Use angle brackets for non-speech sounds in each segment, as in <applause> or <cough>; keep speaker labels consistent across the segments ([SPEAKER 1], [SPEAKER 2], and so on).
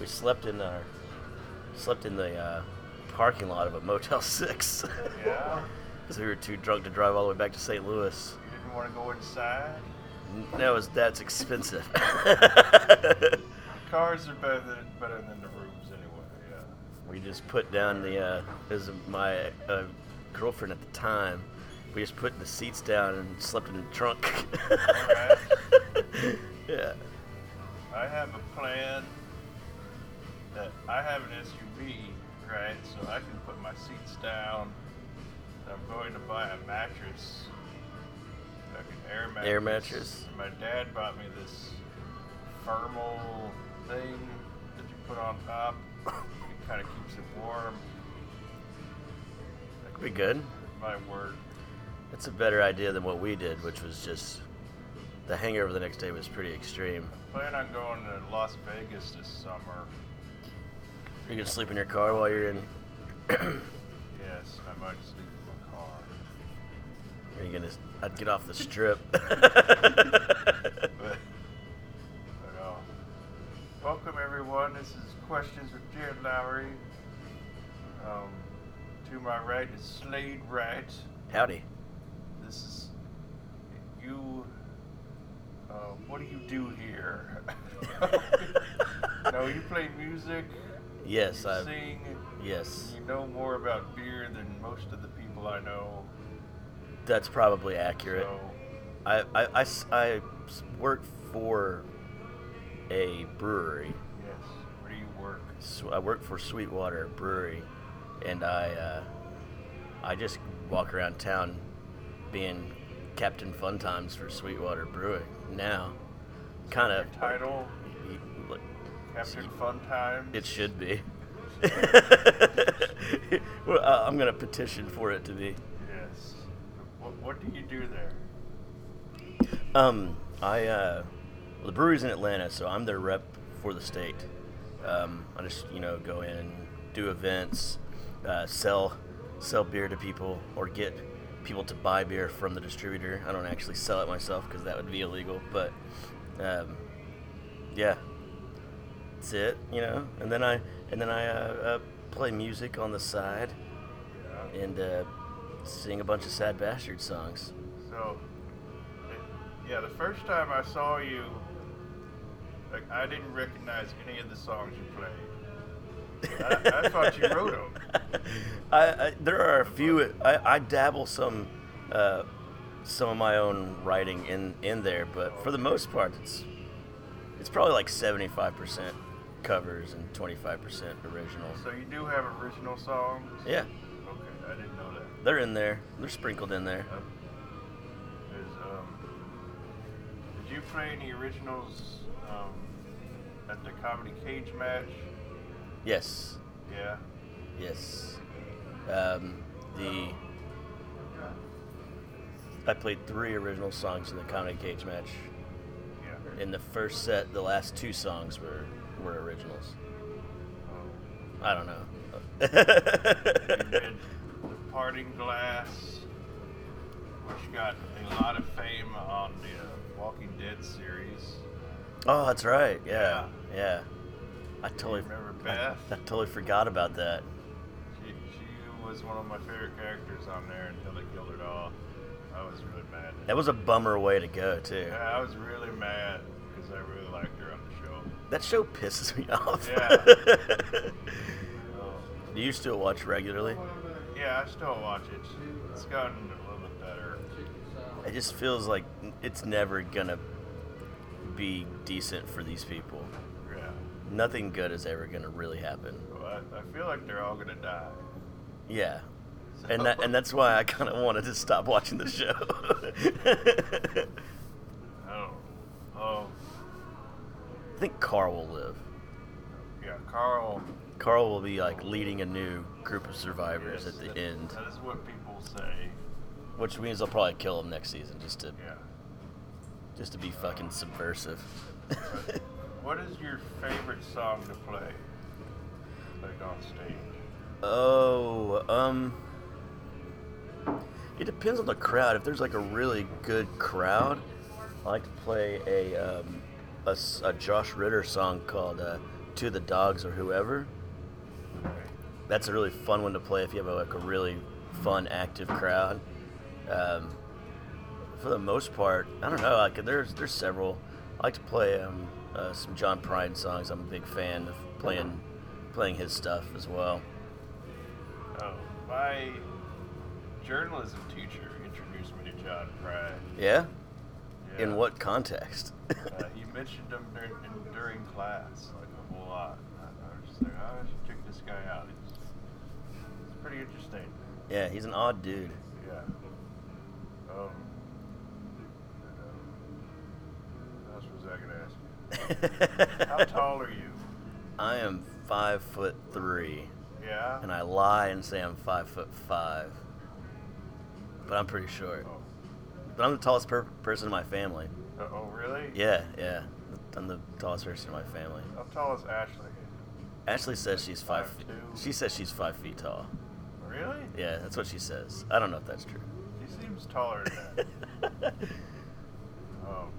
[SPEAKER 1] We slept in our slept in the uh, parking lot of a Motel <laughs> Six
[SPEAKER 2] Yeah.
[SPEAKER 1] because we were too drunk to drive all the way back to St. Louis.
[SPEAKER 2] You didn't want to go inside.
[SPEAKER 1] No, it's- that's expensive. <laughs>
[SPEAKER 2] Cars are better than, better than the rooms anyway. Yeah.
[SPEAKER 1] we just put down the uh, it was my uh, girlfriend at the time. We just put the seats down and slept in the trunk. <laughs>
[SPEAKER 2] Alright.
[SPEAKER 1] yeah.
[SPEAKER 2] I have a plan that I have an SUV, right? So I can put my seats down. I'm going to buy a mattress. Like an air mattress.
[SPEAKER 1] Air mattress.
[SPEAKER 2] My dad bought me this thermal thing that you put on top. It kind of keeps it warm. That
[SPEAKER 1] Be good.
[SPEAKER 2] My word.
[SPEAKER 1] That's a better idea than what we did, which was just the hangover the next day was pretty extreme.
[SPEAKER 2] Plan on going to Las Vegas this summer.
[SPEAKER 1] You can sleep in your car while you're in.
[SPEAKER 2] Yes, I might sleep in my car. <laughs>
[SPEAKER 1] Are you gonna? I'd get off the strip. <laughs>
[SPEAKER 2] but, but uh, welcome everyone. This is Questions with Jared Lowry. Um, to my right is Slade Wright.
[SPEAKER 1] Howdy.
[SPEAKER 2] This is you. Uh, what do you do here? <laughs> no, you play music.
[SPEAKER 1] Yes,
[SPEAKER 2] you
[SPEAKER 1] I.
[SPEAKER 2] sing.
[SPEAKER 1] Yes,
[SPEAKER 2] You know more about beer than most of the people I know.
[SPEAKER 1] that's probably accurate.
[SPEAKER 2] So,
[SPEAKER 1] I, I, I s- I s- work for a brewery.
[SPEAKER 2] yes, where do you work?
[SPEAKER 1] So I work for Sweetwater Brewery, and I, uh, I just walk around town, being Captain Fun Times for Sweetwater Brewing. Now, kind of.
[SPEAKER 2] Your title, Captain Fun Time.
[SPEAKER 1] It
[SPEAKER 2] <laughs>
[SPEAKER 1] should be. <laughs> well, I- uh, I'm gonna petition for it to be.
[SPEAKER 2] Yes. What, what do you do there?
[SPEAKER 1] Um, I uh, well, the brewery's in Atlanta, so I'm their rep for the state. Um, I just you know go in, do events, uh, sell sell beer to people, or get people to buy beer from the distributor. I don't actually sell it myself because that would be illegal, but um, yeah, that's it. You know, and then I and then I uh, uh, play music on the side
[SPEAKER 2] Yeah.
[SPEAKER 1] and uh, sing a bunch of sad bastard songs.
[SPEAKER 2] So, it- yeah, the first time I saw you, like I didn't recognize any of the songs you played. I, I thought you wrote them.
[SPEAKER 1] <laughs> I, I, there are a few. I, I dabble some, uh, some of my own writing in in there, but for the most part, it's it's probably like seventy five percent covers and twenty five percent originals.
[SPEAKER 2] So you do have original songs.
[SPEAKER 1] Yeah,
[SPEAKER 2] Okay, I didn't know that.
[SPEAKER 1] they're in there. They're sprinkled in there.
[SPEAKER 2] Uh, Is, um, did you play any originals um, at the comedy cage match?
[SPEAKER 1] Yes,
[SPEAKER 2] Yeah.
[SPEAKER 1] yes. Um, the I played three original songs in the comedy cage match.
[SPEAKER 2] Yeah.
[SPEAKER 1] In the first set, the last two songs were were originals.
[SPEAKER 2] Um,
[SPEAKER 1] I don't
[SPEAKER 2] <laughs> We did
[SPEAKER 1] know.
[SPEAKER 2] the Parting Glass, which got a lot of fame on the uh, Walking Dead series.
[SPEAKER 1] oh, that's right. Yeah, yeah. I totally
[SPEAKER 2] remember
[SPEAKER 1] I-
[SPEAKER 2] Beth?
[SPEAKER 1] I, totally forgot about that.
[SPEAKER 2] She, she was one of my favorite characters on there until they killed her off. I was really mad.
[SPEAKER 1] That was a bummer way to go too.
[SPEAKER 2] Yeah, I was really mad because I really liked her on the show.
[SPEAKER 1] That show pisses me <laughs> off.
[SPEAKER 2] Yeah. So,
[SPEAKER 1] Do you still watch regularly?
[SPEAKER 2] yeah, I still watch it. It's gotten a little bit better.
[SPEAKER 1] It just feels like it's never gonna be decent for these people.
[SPEAKER 2] Yeah.
[SPEAKER 1] Nothing good is ever gonna really happen.
[SPEAKER 2] So I, I feel like they're all gonna die.
[SPEAKER 1] Yeah.
[SPEAKER 2] So-
[SPEAKER 1] And that, and that's why I kind of wanted to stop watching the show.
[SPEAKER 2] <laughs> Oh. Oh.
[SPEAKER 1] <laughs> I think Carl will live.
[SPEAKER 2] Yeah, Carl.
[SPEAKER 1] Carl will be like leading a new group of survivors
[SPEAKER 2] Yes,
[SPEAKER 1] at the
[SPEAKER 2] that-
[SPEAKER 1] end,
[SPEAKER 2] That is what people say.
[SPEAKER 1] which means they'll probably kill him next season just to
[SPEAKER 2] Yeah.
[SPEAKER 1] just to be fucking subversive. <laughs>
[SPEAKER 2] What is your favorite song to play? Like on stage.
[SPEAKER 1] oh, um, it depends on the crowd. If there's like a really good crowd, I like to play a um, a, s- a Josh Ritter song called uh, to the dogs or whoever. That's a really fun one to play if you have like a really fun, active crowd. Um, for the most part, I don't know. Like there's there's several. I like to play um, uh, some John Prine songs. I'm a big fan of playing playing his stuff as well.
[SPEAKER 2] Oh, my journalism teacher introduced me to John Prine.
[SPEAKER 1] Yeah.
[SPEAKER 2] Yeah.
[SPEAKER 1] In what context?
[SPEAKER 2] Uh, he mentioned him during, in- during class, like a whole lot. I, I was just like, oh, I should check this guy out. He's, he's pretty interesting.
[SPEAKER 1] <laughs> yeah, he's an odd dude.
[SPEAKER 2] Yeah. Um. What else was I gonna ask you?
[SPEAKER 1] <laughs>
[SPEAKER 2] How tall are you?
[SPEAKER 1] I am five foot three,
[SPEAKER 2] Yeah.
[SPEAKER 1] and I lie and say I'm five foot five, but I'm pretty short.
[SPEAKER 2] Oh.
[SPEAKER 1] But I'm the tallest per- person in my family.
[SPEAKER 2] Uh, oh, really?
[SPEAKER 1] Yeah, yeah, I'm the tallest person in my family.
[SPEAKER 2] How tall is Ashley?
[SPEAKER 1] Ashley says she's five.
[SPEAKER 2] Five
[SPEAKER 1] feet.
[SPEAKER 2] two.
[SPEAKER 1] She says she's five feet tall.
[SPEAKER 2] Really?
[SPEAKER 1] Yeah, that's what she says. I don't know if that's true.
[SPEAKER 2] She seems taller than
[SPEAKER 1] <laughs>
[SPEAKER 2] that. um.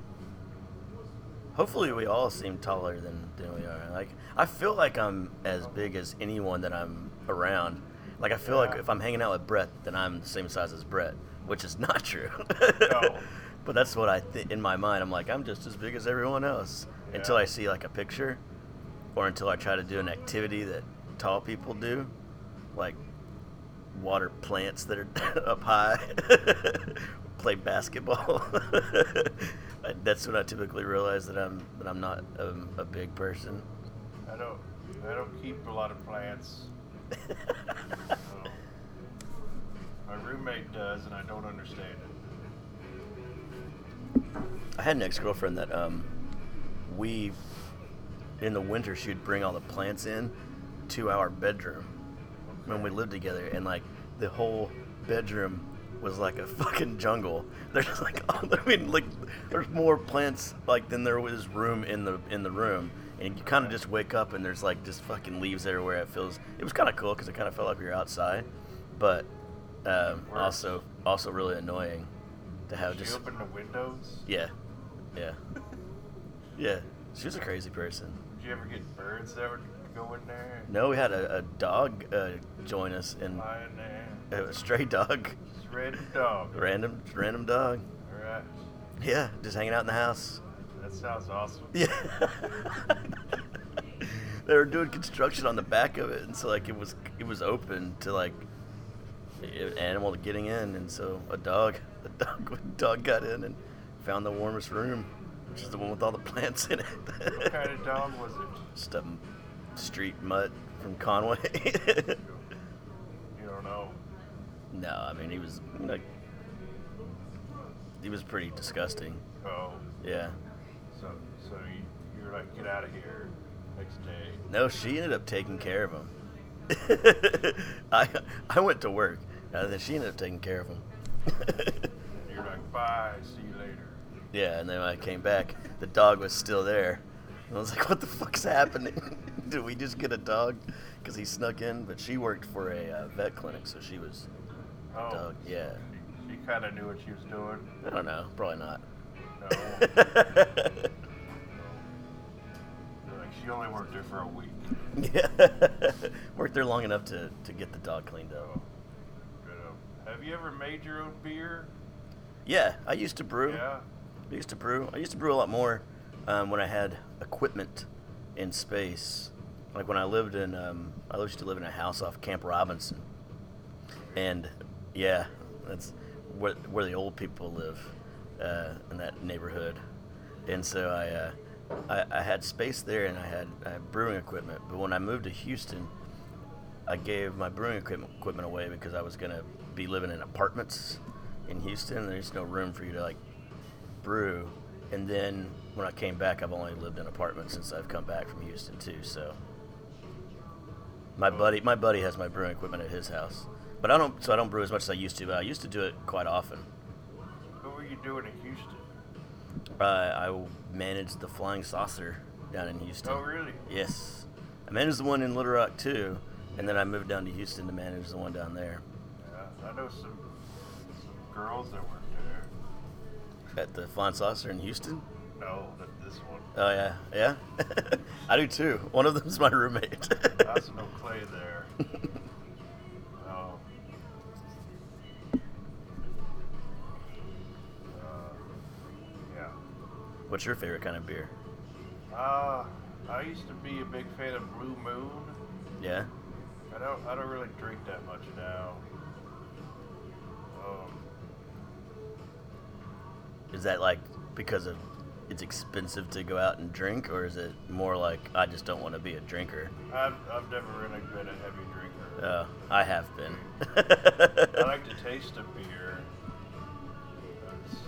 [SPEAKER 1] Hopefully, we all seem taller than, than we are. Like, I feel like I'm as big as anyone that I'm around. Like, I feel like
[SPEAKER 2] Yeah.
[SPEAKER 1] if I'm hanging out with Brett, then I'm the same size as Brett, which is not true. <laughs>
[SPEAKER 2] No.
[SPEAKER 1] but that's what I think in my mind. I'm like, I'm just as big as everyone else until
[SPEAKER 2] Yeah.
[SPEAKER 1] I see like a picture, or until I try to do an activity that tall people do, like water plants that are <laughs> up high, play basketball. <laughs> I- That's when I typically realize that I'm that I'm not um, a big person.
[SPEAKER 2] I don't. I don't keep a lot of
[SPEAKER 1] <laughs>
[SPEAKER 2] plants. so. My roommate does, and I don't understand it.
[SPEAKER 1] I had an ex girlfriend that um, we in the winter she would bring all the plants in to our bedroom when we lived together, and like the whole bedroom was like a <laughs> fucking jungle. There's just like I mean like there's more plants like than there was room in the in the room, and you kind of just wake up and there's like just fucking leaves everywhere. It feels it was kind of cool because it kind of felt like we were outside, but um,
[SPEAKER 2] Worse.
[SPEAKER 1] also also really annoying to have
[SPEAKER 2] She
[SPEAKER 1] just
[SPEAKER 2] opened the windows.
[SPEAKER 1] yeah. Yeah. yeah. She was a crazy person.
[SPEAKER 2] Did you ever get birds that would go in there?
[SPEAKER 1] No, we had a, a dog uh, join us and
[SPEAKER 2] Lie in there.
[SPEAKER 1] a stray dog,
[SPEAKER 2] Just red dog.
[SPEAKER 1] random random dog.
[SPEAKER 2] All right.
[SPEAKER 1] Yeah, just hanging out in the house.
[SPEAKER 2] That sounds awesome.
[SPEAKER 1] Yeah. <laughs> they were doing construction on the back of it, and so like it was it was open to like a- animal getting in, and so a dog a dog <laughs> a dog got in and found the warmest room, which is the one with all the plants in it.
[SPEAKER 2] What kind of dog was it?
[SPEAKER 1] Just a m- street mutt from Conway. <laughs>
[SPEAKER 2] You don't know.
[SPEAKER 1] no, I mean he was like he was pretty disgusting.
[SPEAKER 2] Oh,
[SPEAKER 1] Yeah.
[SPEAKER 2] so so you, you were like, get out of here. Next day.
[SPEAKER 1] No, she ended up taking care of him. <laughs> I I went to work, and then she ended up taking care of him. <laughs>
[SPEAKER 2] And you're like, bye. See you later.
[SPEAKER 1] yeah, and then when I came back, the dog was still there. And I was like, "What the fuck's happening? <laughs> Did we just get a dog? Because he snuck in." But she worked for a uh, vet clinic, so she was
[SPEAKER 2] Oh,
[SPEAKER 1] dog. Yeah,
[SPEAKER 2] she, she kind of knew what she was doing.
[SPEAKER 1] I don't know, probably not.
[SPEAKER 2] No. <laughs> like she only worked there for a week.
[SPEAKER 1] <laughs> yeah. Worked there long enough to, to get the dog cleaned up.
[SPEAKER 2] You know. um, Have you ever made your own beer?
[SPEAKER 1] Yeah, I used to brew.
[SPEAKER 2] Yeah.
[SPEAKER 1] I used to brew. I used to brew a lot more um, when I had equipment in space. Like when I lived in, um, I used to live in a house off Camp Robinson, and yeah, that's where, where the old people live uh, in that neighborhood. And so I, uh, I, I had space there, and I had, I had brewing equipment. But when I moved to Houston, I gave my brewing equipment, equipment away because I was gonna be living in apartments in Houston. And there's no room for you to like brew. And then when I came back, I've only lived in apartments since I've come back from Houston too. So my buddy, my buddy has my brewing equipment at his house, but I don't. So I don't brew as much as I used to. But I used to do it quite often.
[SPEAKER 2] What were you doing in Houston?
[SPEAKER 1] Uh, I managed the Flying Saucer down in Houston.
[SPEAKER 2] Oh, really?
[SPEAKER 1] Yes, I managed the one in Little Rock too, and then I moved down to Houston to manage the one down there
[SPEAKER 2] Yeah, I know some some girls that work there.
[SPEAKER 1] at the Flying Saucer in Houston.
[SPEAKER 2] know that this one.
[SPEAKER 1] Oh yeah, yeah. <laughs> I do too. One of them's my roommate. <laughs>
[SPEAKER 2] I also know Clay there. Oh. Uh, yeah.
[SPEAKER 1] What's your favorite kind of beer?
[SPEAKER 2] Uh, I used to be a big fan of Blue Moon.
[SPEAKER 1] Yeah.
[SPEAKER 2] I don't. I don't really drink that much now. Um,
[SPEAKER 1] Is that like because of it's expensive to go out and drink, or is it more like I just don't want to be a drinker?
[SPEAKER 2] I've, I've never really been a heavy drinker.
[SPEAKER 1] Uh, I have been.
[SPEAKER 2] I like the taste of beer. I've s-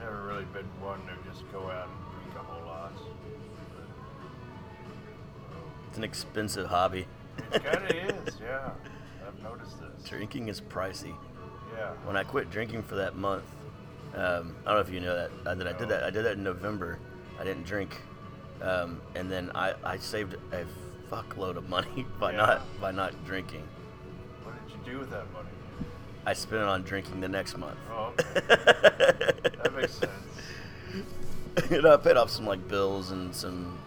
[SPEAKER 2] never really been one to just go out and drink a whole lot.
[SPEAKER 1] <laughs> it's an expensive hobby.
[SPEAKER 2] It kind
[SPEAKER 1] <laughs>
[SPEAKER 2] of is, yeah. I've noticed this.
[SPEAKER 1] Drinking is pricey.
[SPEAKER 2] Yeah.
[SPEAKER 1] When I quit drinking for that month, um, I don't know if you know that uh, that I did that. I did that in November. I didn't drink, um, and then I, I saved a fuckload of money <laughs> by
[SPEAKER 2] Yeah.
[SPEAKER 1] not by not drinking.
[SPEAKER 2] What did you do with that money?
[SPEAKER 1] I spent it on drinking the next month.
[SPEAKER 2] Oh, okay. that makes
[SPEAKER 1] <laughs>
[SPEAKER 2] sense.
[SPEAKER 1] you know, I paid off some like bills and some,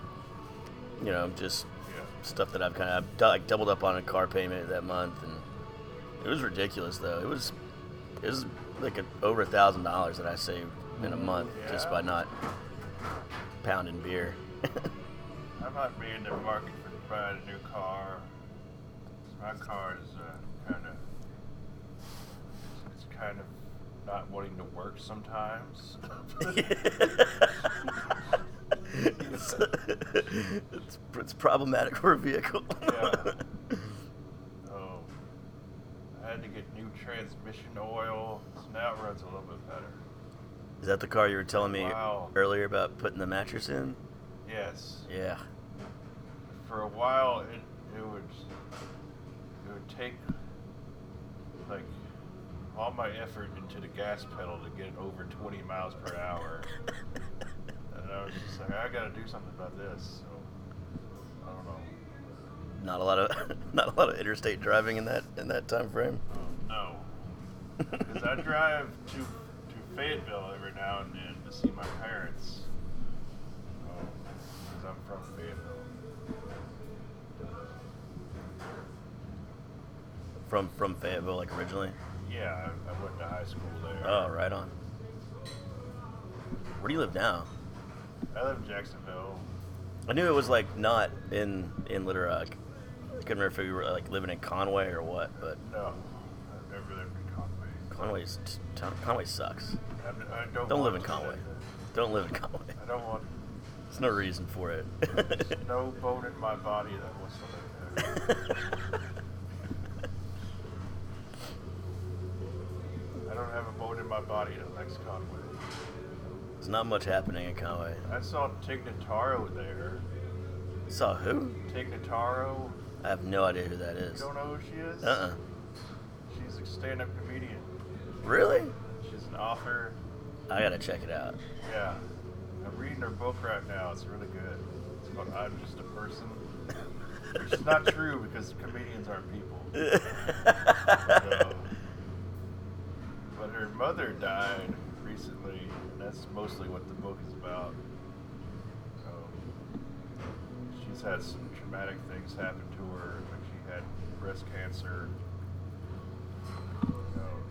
[SPEAKER 1] you know, just
[SPEAKER 2] Yeah.
[SPEAKER 1] stuff that I've kind of I've dou- like doubled up on a car payment that month, and it was ridiculous though. It was it was like a, over a thousand dollars that I saved in a month just by
[SPEAKER 2] Mm, Yeah.
[SPEAKER 1] not pounding
[SPEAKER 2] <laughs>
[SPEAKER 1] beer. <laughs>
[SPEAKER 2] I might be in the market for buying a new car. 'Cause My car is uh, kind of it's kind of not wanting to work sometimes.
[SPEAKER 1] it's, it's, it's problematic for a vehicle.
[SPEAKER 2] Yeah.
[SPEAKER 1] <laughs>
[SPEAKER 2] oh, I had to get new transmission oil, so now it runs a little bit better.
[SPEAKER 1] Is that the car you were telling me
[SPEAKER 2] Wow.
[SPEAKER 1] earlier about putting the mattress in?
[SPEAKER 2] Yes.
[SPEAKER 1] Yeah.
[SPEAKER 2] for a while it, it would it would take like all my effort into the gas pedal to get it over 20 miles per
[SPEAKER 1] <laughs>
[SPEAKER 2] hour and i was just like "Ah." i gotta do something about this so i don't know
[SPEAKER 1] Not a lot of <laughs> not a lot of interstate driving in that in that time frame.
[SPEAKER 2] <laughs> no because i drive to to fayetteville every now and then to see my parents because i'm from fayetteville
[SPEAKER 1] from from Fayetteville like originally.
[SPEAKER 2] yeah i, I went to high school there
[SPEAKER 1] Oh, right on. Where do you live now?
[SPEAKER 2] i live in jacksonville
[SPEAKER 1] I knew it was like not in in Little Rock. I couldn't remember if we were like living in Conway or what, but
[SPEAKER 2] No, I've never lived in Conway.
[SPEAKER 1] Conway's t- town- Conway sucks.
[SPEAKER 2] I've- I don't,
[SPEAKER 1] Don't
[SPEAKER 2] want
[SPEAKER 1] live in
[SPEAKER 2] to
[SPEAKER 1] Conway.
[SPEAKER 2] there.
[SPEAKER 1] Don't live in Conway.
[SPEAKER 2] I don't
[SPEAKER 1] <laughs>
[SPEAKER 2] want
[SPEAKER 1] There's no reason for it. <laughs>
[SPEAKER 2] there's no bone in my body that wants to live
[SPEAKER 1] <laughs>
[SPEAKER 2] there. I don't have a bone in my body that likes Conway.
[SPEAKER 1] There's not much happening in Conway.
[SPEAKER 2] I saw Tig Notaro there.
[SPEAKER 1] Saw who?
[SPEAKER 2] Tig Notaro.
[SPEAKER 1] I have no idea who that
[SPEAKER 2] You
[SPEAKER 1] is.
[SPEAKER 2] don't know who she is?
[SPEAKER 1] Uh uh
[SPEAKER 2] She's a stand-up comedian.
[SPEAKER 1] Really?
[SPEAKER 2] She's an author.
[SPEAKER 1] I gotta check it out. <laughs>
[SPEAKER 2] Yeah. I'm reading her book right now. It's really good. It's called I'm Just a Person. Which is not true because comedians aren't people. So, but her mother died recently, and that's mostly what the book is about. Um, she's had some traumatic things happen to her, like she had breast cancer. Um,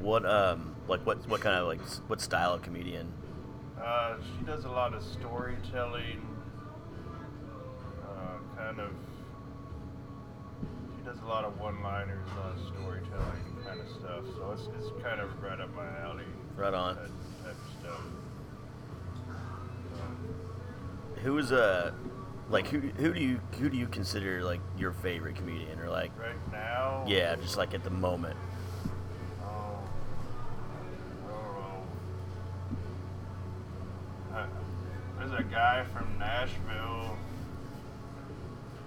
[SPEAKER 1] what um like what what kind of like s- what style of comedian?
[SPEAKER 2] uh, she does a lot of storytelling, uh, kind of. She does a lot of one-liners, a lot of storytelling kind of stuff. So it's, it's kind of right up my alley.
[SPEAKER 1] Right on.
[SPEAKER 2] that type of stuff.
[SPEAKER 1] Who is uh like who who do you who do you consider like your favorite comedian or like
[SPEAKER 2] Right now,
[SPEAKER 1] yeah just like at the moment?
[SPEAKER 2] Oh, I don't know. Uh, there's a guy from Nashville.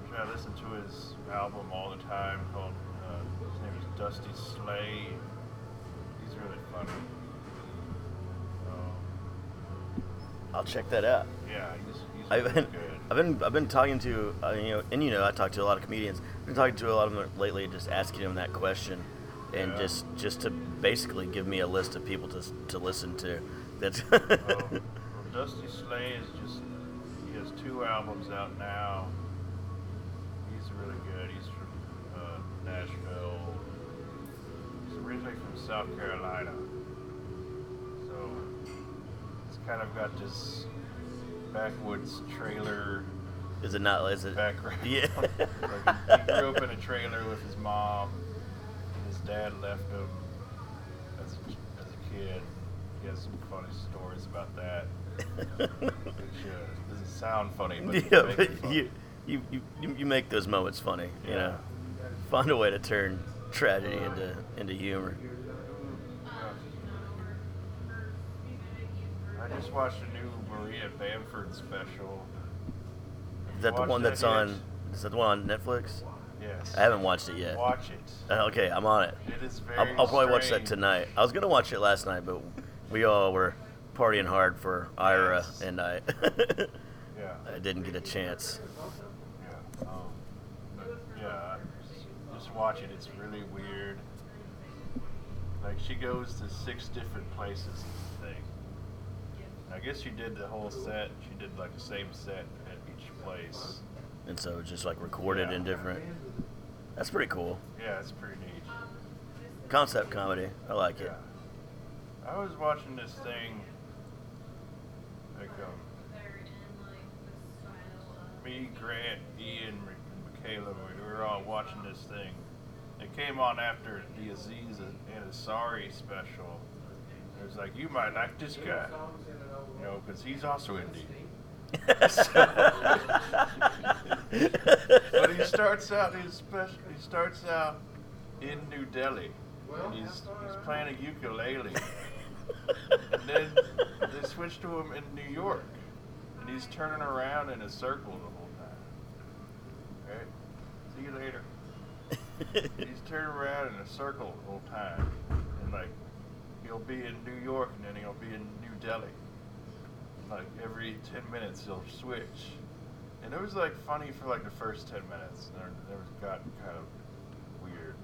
[SPEAKER 2] which I listen to his album all the time. Called uh, his name is Dusty Slade. He's really funny. Um,
[SPEAKER 1] I'll check that out.
[SPEAKER 2] yeah, he's, he's
[SPEAKER 1] I've
[SPEAKER 2] really
[SPEAKER 1] been, I've
[SPEAKER 2] good.
[SPEAKER 1] been, I've been talking to, uh, you know, and you know, I talk to a lot of comedians. I've been talking to a lot of them lately, just asking them that question, and
[SPEAKER 2] Yeah.
[SPEAKER 1] just, just to basically give me a list of people to, s- to listen to. That's
[SPEAKER 2] well, Dusty Slay is just, he has two albums out now. He's really good. He's from uh, Nashville. He's originally from South Carolina. So it's kind of got this backwoods trailer
[SPEAKER 1] <laughs> is it not? Is it? <laughs>
[SPEAKER 2] background.
[SPEAKER 1] Yeah.
[SPEAKER 2] <laughs> Like, he grew up in a trailer with his mom. His dad left him as a, as a kid. He has some funny stories about that. Which uh, doesn't sound funny,
[SPEAKER 1] <laughs>
[SPEAKER 2] but,
[SPEAKER 1] yeah,
[SPEAKER 2] you make it
[SPEAKER 1] but
[SPEAKER 2] funny.
[SPEAKER 1] you, you, you, you make those moments funny. You
[SPEAKER 2] Yeah.
[SPEAKER 1] know, find a way to turn tragedy into into humor.
[SPEAKER 2] I just watched a new Maria Bamford special.
[SPEAKER 1] Is that the
[SPEAKER 2] Watch
[SPEAKER 1] one
[SPEAKER 2] that
[SPEAKER 1] that's
[SPEAKER 2] yet?
[SPEAKER 1] on? Is that the one on Netflix?
[SPEAKER 2] Yes.
[SPEAKER 1] I haven't watched it yet.
[SPEAKER 2] Watch it.
[SPEAKER 1] Uh, Okay, I'm on it.
[SPEAKER 2] It is very.
[SPEAKER 1] I'll, I'll probably watch that
[SPEAKER 2] strange.
[SPEAKER 1] tonight. I was gonna watch it last night, but we all were partying hard for Ira,
[SPEAKER 2] Yes.
[SPEAKER 1] and I <laughs>
[SPEAKER 2] Yeah.
[SPEAKER 1] I didn't get a chance.
[SPEAKER 2] Yeah. Um, but yeah, just watch it. It's really weird. Like she goes to six different places in the thing. I guess she did the whole set. She did like the same set at each place.
[SPEAKER 1] And so it's just like recorded
[SPEAKER 2] Yeah.
[SPEAKER 1] in different. That's pretty cool.
[SPEAKER 2] Yeah, it's pretty neat.
[SPEAKER 1] Concept comedy. I like it.
[SPEAKER 2] Yeah. I was watching this thing. Like um, me, Grant, Ian, Mc- and Michaela, we were all watching this thing. It came on after the Aziz and Ansari special. It was like, you might like this guy, you know, because he's also indie. But
[SPEAKER 1] <laughs>
[SPEAKER 2] he starts out, he's special, he starts out in New Delhi. And he's, he's playing a ukulele. And then they switched to him in New York. And he's turning around in a circle the whole time. Alright? See you later. He's turning around in a circle the whole time. And like, he'll be in New York and then he'll be in New Delhi. Like, every 10 minutes he'll switch. And it was like funny for like the first 10 minutes. And then then it got kind of weird.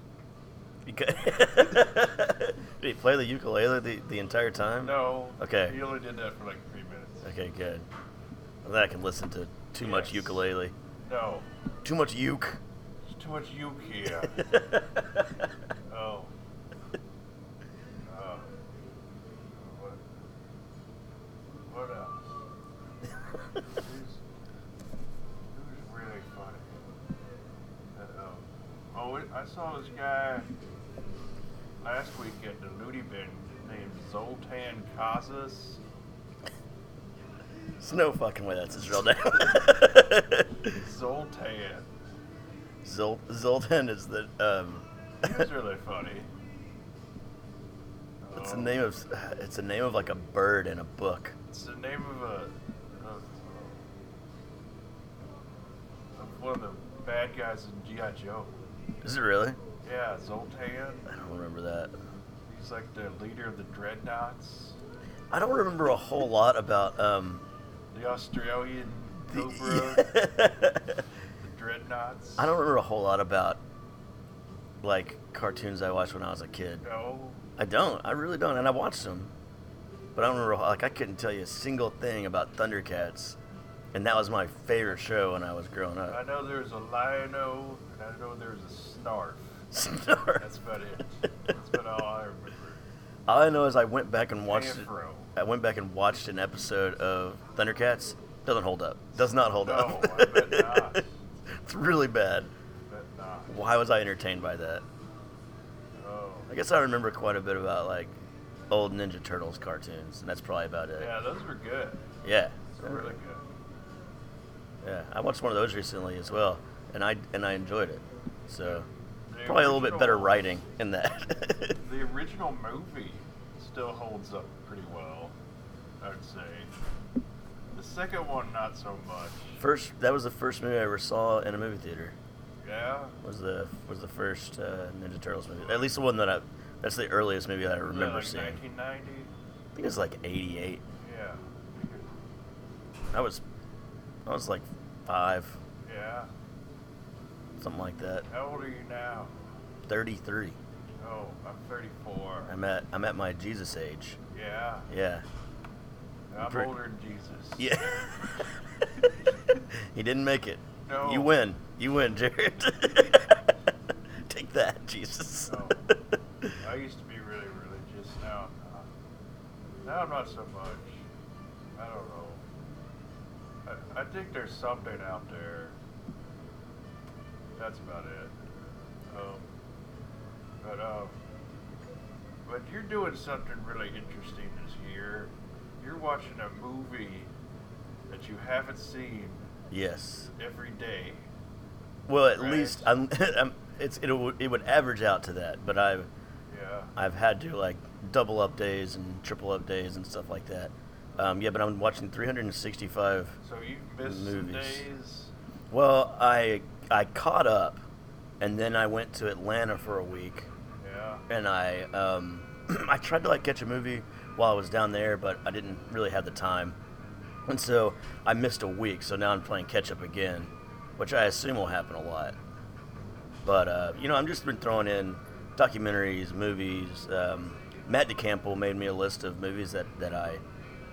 [SPEAKER 1] <laughs> Did he play the ukulele the, the entire time?
[SPEAKER 2] No.
[SPEAKER 1] Okay.
[SPEAKER 2] He only did that for like three minutes.
[SPEAKER 1] Okay, good. Well, then I can listen to too much
[SPEAKER 2] Yes.
[SPEAKER 1] ukulele.
[SPEAKER 2] No.
[SPEAKER 1] Too much uke.
[SPEAKER 2] There's too much uke here. Oh. Uh, what? uh, What else? Who's, who's really funny? Uh, oh, it- I saw this guy last week at the Looty Bin named Zoltan Casas.
[SPEAKER 1] <laughs> There's no fucking way that's his real name.
[SPEAKER 2] Zoltan.
[SPEAKER 1] <laughs> Zol- Zoltan is the um. <laughs>
[SPEAKER 2] He was really funny.
[SPEAKER 1] It's
[SPEAKER 2] Oh.
[SPEAKER 1] the name of <sighs> it's the name of like a bird in a book.
[SPEAKER 2] It's the name of a of, of one of the bad guys in GI Joe.
[SPEAKER 1] Is it really?
[SPEAKER 2] Yeah, Zoltan.
[SPEAKER 1] I don't remember that.
[SPEAKER 2] He's like the leader of the Dreadnoughts,
[SPEAKER 1] I don't remember a whole lot about um.
[SPEAKER 2] the Australian
[SPEAKER 1] <laughs>
[SPEAKER 2] Cobra,
[SPEAKER 1] The,
[SPEAKER 2] the Dreadnoughts.
[SPEAKER 1] I don't remember a whole lot about like cartoons I watched when I was a kid.
[SPEAKER 2] know.
[SPEAKER 1] I don't. I really don't. And I watched them, but I don't remember. Like I couldn't tell you a single thing about Thundercats, and that was my favorite show when I was growing
[SPEAKER 2] I
[SPEAKER 1] <laughs> up.
[SPEAKER 2] know there's a Lion-O, and I know there's a Snarf. That's about it. That's about all I remember.
[SPEAKER 1] <laughs> All I know is I went back and watched it.
[SPEAKER 2] Afro.
[SPEAKER 1] I went back and watched an episode of Thundercats. Doesn't hold up. Does not hold
[SPEAKER 2] No,
[SPEAKER 1] up.
[SPEAKER 2] I bet not.
[SPEAKER 1] <laughs> it's really bad.
[SPEAKER 2] But nah.
[SPEAKER 1] Why was I entertained by that?
[SPEAKER 2] Oh.
[SPEAKER 1] I guess I remember quite a bit about like old Ninja Turtles cartoons, and that's probably about it.
[SPEAKER 2] Yeah, those were good.
[SPEAKER 1] Yeah.
[SPEAKER 2] Those were really good.
[SPEAKER 1] Yeah. I watched one of those recently as well, and I and I enjoyed it. So
[SPEAKER 2] The
[SPEAKER 1] probably a little bit better
[SPEAKER 2] original-
[SPEAKER 1] writing in that. <laughs>
[SPEAKER 2] The original movie still holds up pretty well, I'd say. The second one, not so much.
[SPEAKER 1] first, that was the first movie I ever saw in a movie theater.
[SPEAKER 2] Yeah.
[SPEAKER 1] Was the was the first uh, Ninja Turtles movie? At least the one that I. That's the earliest movie that I
[SPEAKER 2] Was that
[SPEAKER 1] remember
[SPEAKER 2] like
[SPEAKER 1] seeing.
[SPEAKER 2] 1990?
[SPEAKER 1] I think it was like '88.
[SPEAKER 2] Yeah.
[SPEAKER 1] I was, I was like five,
[SPEAKER 2] Yeah.
[SPEAKER 1] something like that.
[SPEAKER 2] How old are you now?
[SPEAKER 1] Thirty-three.
[SPEAKER 2] Oh, I'm 34.
[SPEAKER 1] I'm at I'm at my Jesus age.
[SPEAKER 2] Yeah.
[SPEAKER 1] Yeah,
[SPEAKER 2] I'm
[SPEAKER 1] Pretty-
[SPEAKER 2] older than Jesus.
[SPEAKER 1] Yeah. <laughs> he didn't make it.
[SPEAKER 2] No.
[SPEAKER 1] You win. You win, Jared. <laughs> Take that, Jesus. <laughs>
[SPEAKER 2] No. I used to be really religious. Now, I'm not. now I'm not so much. I don't know. I, I think there's something out there. That's about it. Um, but um, but you're doing something really interesting this year. You're watching a movie that you haven't seen
[SPEAKER 1] yes.
[SPEAKER 2] every day.
[SPEAKER 1] Well, at
[SPEAKER 2] Right.
[SPEAKER 1] least <laughs> I'm, I'm, it's it would it would average out to that, but I've
[SPEAKER 2] Yeah.
[SPEAKER 1] I've had to like double up days and triple up days and stuff like that. Um, yeah, but I'm watching 365.
[SPEAKER 2] So you missed some
[SPEAKER 1] Movies.
[SPEAKER 2] days.
[SPEAKER 1] Well, I I caught up, and then I went to Atlanta for a week,
[SPEAKER 2] Yeah.
[SPEAKER 1] and I um, <clears throat> I tried to like catch a movie while I was down there, but I didn't really have the time, and so I missed a week. So now I'm playing catch up again, which I assume will happen a lot. But uh, you know, I'm just been throwing in documentaries, movies. Um, Matt DeCampo made me a list of movies that, that I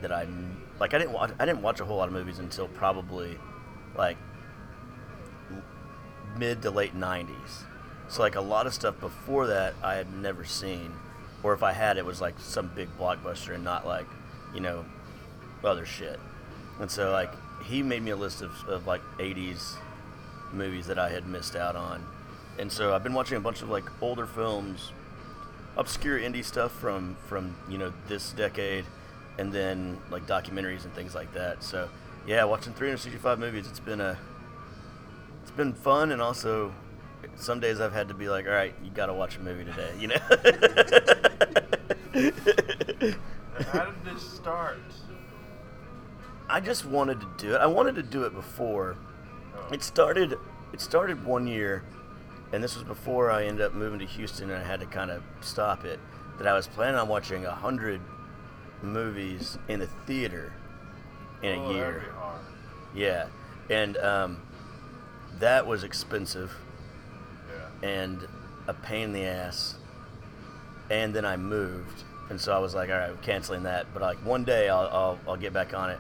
[SPEAKER 1] that I like. I didn't watch I didn't watch a whole lot of movies until probably like mid to late 90s. So, like, a lot of stuff before that I had never seen. Or if I had, it was like some big blockbuster and not like, you know, other shit. And so, like, he made me a list of, of like 80s movies that I had missed out on. And so I've been watching a bunch of like older films, obscure indie stuff from from you know this decade, and then like documentaries and things like that. So yeah, watching 365 movies, it's been a it's been fun and also some days I've had to be like, all right, you got to watch a movie today, you know.
[SPEAKER 2] Now, How did this start?
[SPEAKER 1] <laughs> I just wanted to do it. I wanted to do it before.
[SPEAKER 2] Oh.
[SPEAKER 1] It started. It started one year, and this was before I ended up moving to Houston, and I had to kind of stop it. That I was planning on watching a hundred movies in the theater in
[SPEAKER 2] Oh,
[SPEAKER 1] a
[SPEAKER 2] that'd
[SPEAKER 1] year.
[SPEAKER 2] be hard.
[SPEAKER 1] Yeah, and um, that was expensive
[SPEAKER 2] Yeah.
[SPEAKER 1] and a pain in the ass. And then I moved, and so I was like, all right, I'm canceling that. But like one day I'll I'll, I'll get back on it.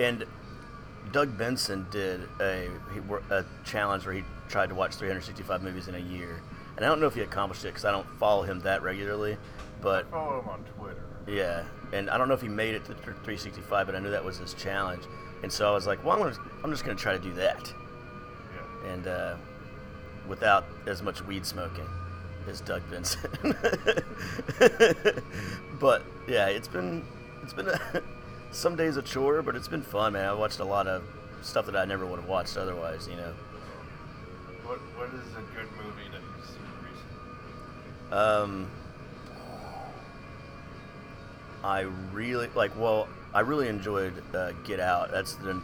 [SPEAKER 1] And Doug Benson did a he, wor- a challenge where he tried to watch 365 movies in a year, and I don't know if he accomplished it because I don't follow him that regularly, but
[SPEAKER 2] Follow him on Twitter.
[SPEAKER 1] yeah, and I don't know if he made it to th- 365, but I knew that was his challenge, and so I was like, well, I'm gonna, I'm just gonna try to do that
[SPEAKER 2] Yeah.
[SPEAKER 1] and uh, without as much weed smoking as Doug Benson. <laughs> but yeah, it's been it's been a, <laughs> some days a chore, but it's been fun, man. I watched a lot of stuff that I never would have watched otherwise, you know.
[SPEAKER 2] What What is a good movie that you've seen recently?
[SPEAKER 1] Um, I really like. Well, I really enjoyed uh, Get Out. That's the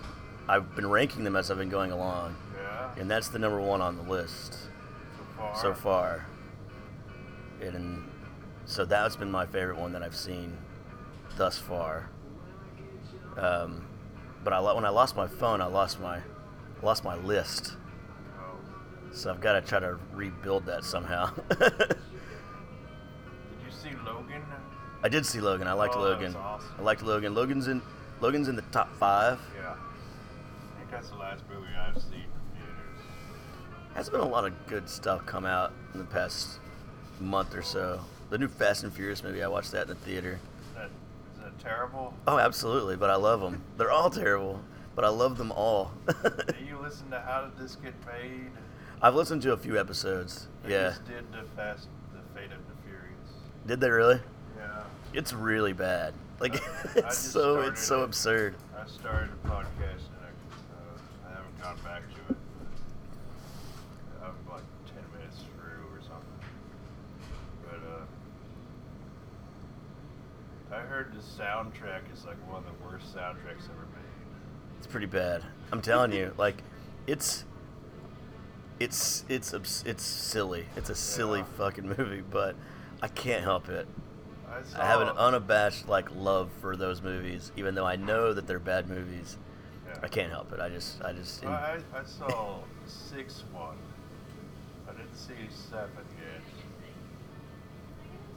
[SPEAKER 1] I've been ranking them as I've been going along,
[SPEAKER 2] Yeah.
[SPEAKER 1] and that's the number one on the list.
[SPEAKER 2] So far.
[SPEAKER 1] so far. And so that's been my favorite one that I've seen thus far. Um, but I lo- when I lost my phone, I lost my lost my list.
[SPEAKER 2] Oh.
[SPEAKER 1] So I've got to try to rebuild that somehow. <laughs>
[SPEAKER 2] Did you see Logan?
[SPEAKER 1] I did see Logan. I liked
[SPEAKER 2] Oh, that
[SPEAKER 1] Logan.
[SPEAKER 2] was awesome.
[SPEAKER 1] I liked Logan. Logan's in Logan's in the top 5.
[SPEAKER 2] Yeah. I think that's the last movie I've seen in theaters.
[SPEAKER 1] Has been a lot of good stuff come out in the past month or so. The new Fast and Furious movie, I watched that in the theater.
[SPEAKER 2] Is that Is that terrible?
[SPEAKER 1] Oh, absolutely, but I love them. They're all terrible, but I love them all. <laughs>
[SPEAKER 2] Did you listen to How Did This Get Made?
[SPEAKER 1] I've listened to a few episodes.
[SPEAKER 2] They
[SPEAKER 1] Yeah.
[SPEAKER 2] Just did the Fast, the Fate of the Furious.
[SPEAKER 1] Did they really?
[SPEAKER 2] Yeah.
[SPEAKER 1] It's really bad. Like
[SPEAKER 2] I- I
[SPEAKER 1] <laughs> it's
[SPEAKER 2] just
[SPEAKER 1] so it's so absurd.
[SPEAKER 2] started it. I started a podcast and I, uh, I haven't gone back to it. But I'm like 10 minutes through or something. But uh, I heard the soundtrack is like one of the worst soundtracks ever made.
[SPEAKER 1] It's pretty bad. I'm telling you, like it's it's it's abs- it's silly. It's a silly
[SPEAKER 2] Yeah.
[SPEAKER 1] fucking movie, but I can't help it.
[SPEAKER 2] I, saw,
[SPEAKER 1] I have an unabashed like love for those movies even though I know that they're bad movies.
[SPEAKER 2] yeah.
[SPEAKER 1] I can't help it. I just I just
[SPEAKER 2] Well, I, I saw six one. I didn't see seven yet.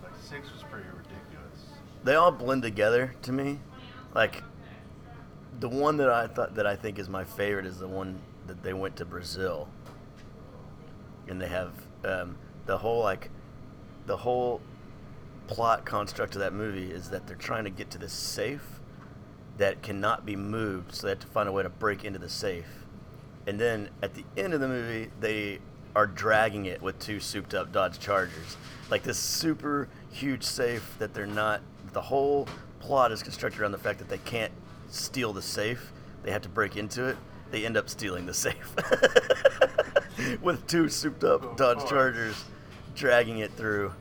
[SPEAKER 2] Like six was pretty ridiculous.
[SPEAKER 1] they all blend together to me. Like the one that I thought that I think is my favorite is the one that they went to Brazil, and they have um, the whole like the whole plot construct of that movie is that they're trying to get to this safe that cannot be moved, so they have to find a way to break into the safe. And then at the end of the movie, they are dragging it with two souped up Dodge Chargers. Like this super huge safe that they're not. The whole plot is constructed around the fact that they can't steal the safe, they have to break into it. They end up stealing the safe <laughs> with two souped
[SPEAKER 2] Of
[SPEAKER 1] up Dodge
[SPEAKER 2] course.
[SPEAKER 1] Chargers dragging it through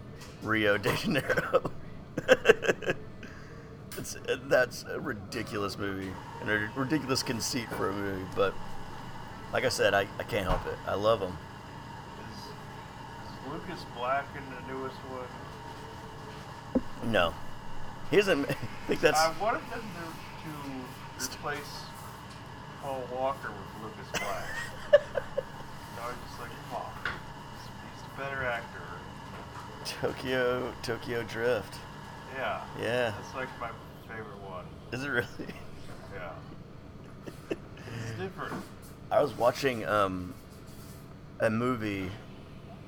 [SPEAKER 1] Rio de Janeiro. <laughs> it's, uh, that's a ridiculous movie and a ridiculous conceit for a movie, but like I said, I, I can't help it. I love them.
[SPEAKER 2] Is, is Lucas Black in the newest one?
[SPEAKER 1] No, he doesn't. <laughs> I think that's
[SPEAKER 2] I wanted them to, to replace Paul Walker with Lucas Black. and I was just like, come on. He's, he's the better actor.
[SPEAKER 1] Tokyo Tokyo Drift.
[SPEAKER 2] Yeah.
[SPEAKER 1] Yeah,
[SPEAKER 2] That's like my favorite one.
[SPEAKER 1] is it really? <laughs>
[SPEAKER 2] Yeah. It's different.
[SPEAKER 1] I was watching um, a movie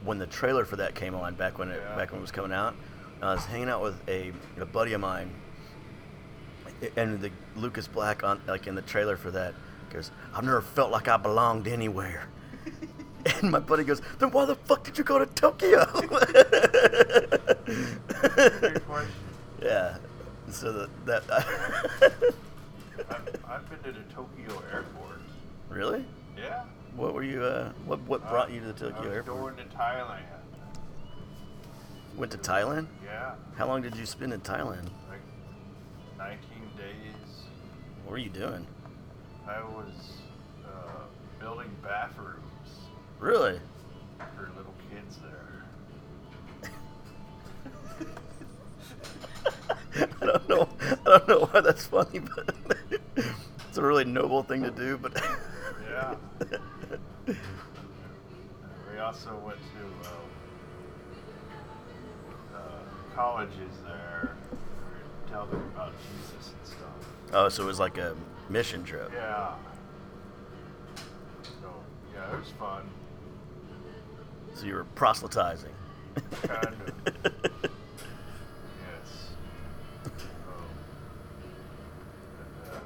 [SPEAKER 1] when the trailer for that came on back when it
[SPEAKER 2] Yeah.
[SPEAKER 1] back when it was coming out. And I was hanging out with a, a buddy of mine, and the Lucas Black on like in the trailer for that goes, "I've never felt like I belonged anywhere." And my buddy goes, "Then why the fuck did you go to Tokyo?" <laughs>
[SPEAKER 2] Good question.
[SPEAKER 1] yeah. So the, that <laughs>
[SPEAKER 2] I've, I've been to the Tokyo airport.
[SPEAKER 1] really.
[SPEAKER 2] Yeah.
[SPEAKER 1] What were you? Uh, what what brought you to the
[SPEAKER 2] I was
[SPEAKER 1] Tokyo airport?
[SPEAKER 2] Going to Thailand.
[SPEAKER 1] Went to Thailand.
[SPEAKER 2] Yeah.
[SPEAKER 1] How long did you spend in Thailand?
[SPEAKER 2] Like 19 days.
[SPEAKER 1] What were you doing?
[SPEAKER 2] I was uh, building bathrooms
[SPEAKER 1] Really? <laughs>
[SPEAKER 2] for little kids there.
[SPEAKER 1] I don't know. I don't know why that's funny, but <laughs> it's a really noble thing to do. But <laughs>
[SPEAKER 2] Yeah. And we also went to uh, uh, colleges there to tell them about Jesus and stuff.
[SPEAKER 1] oh, so it was like a mission trip.
[SPEAKER 2] Yeah. So, yeah, it was fun.
[SPEAKER 1] So you were proselytizing.
[SPEAKER 2] Kind of. Yes. Um, but, uh,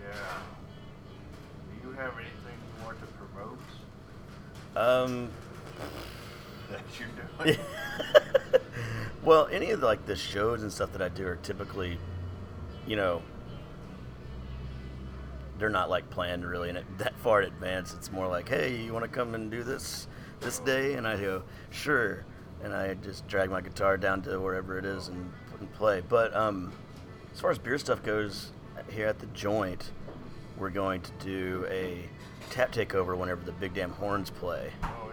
[SPEAKER 2] yeah. Do you have anything you want to promote
[SPEAKER 1] <laughs> um.
[SPEAKER 2] that you're
[SPEAKER 1] <laughs>
[SPEAKER 2] doing?
[SPEAKER 1] well, any of like the shows and stuff that I do are typically, you know, they're not like planned really in it, that far in advance. It's more like, hey, you want to come and do this this day? And I go, sure. And I just drag my guitar down to wherever it is and, and play. But um, as far as beer stuff goes, here at the joint, we're going to do a tap takeover whenever the Big Damn Horns play
[SPEAKER 2] oh,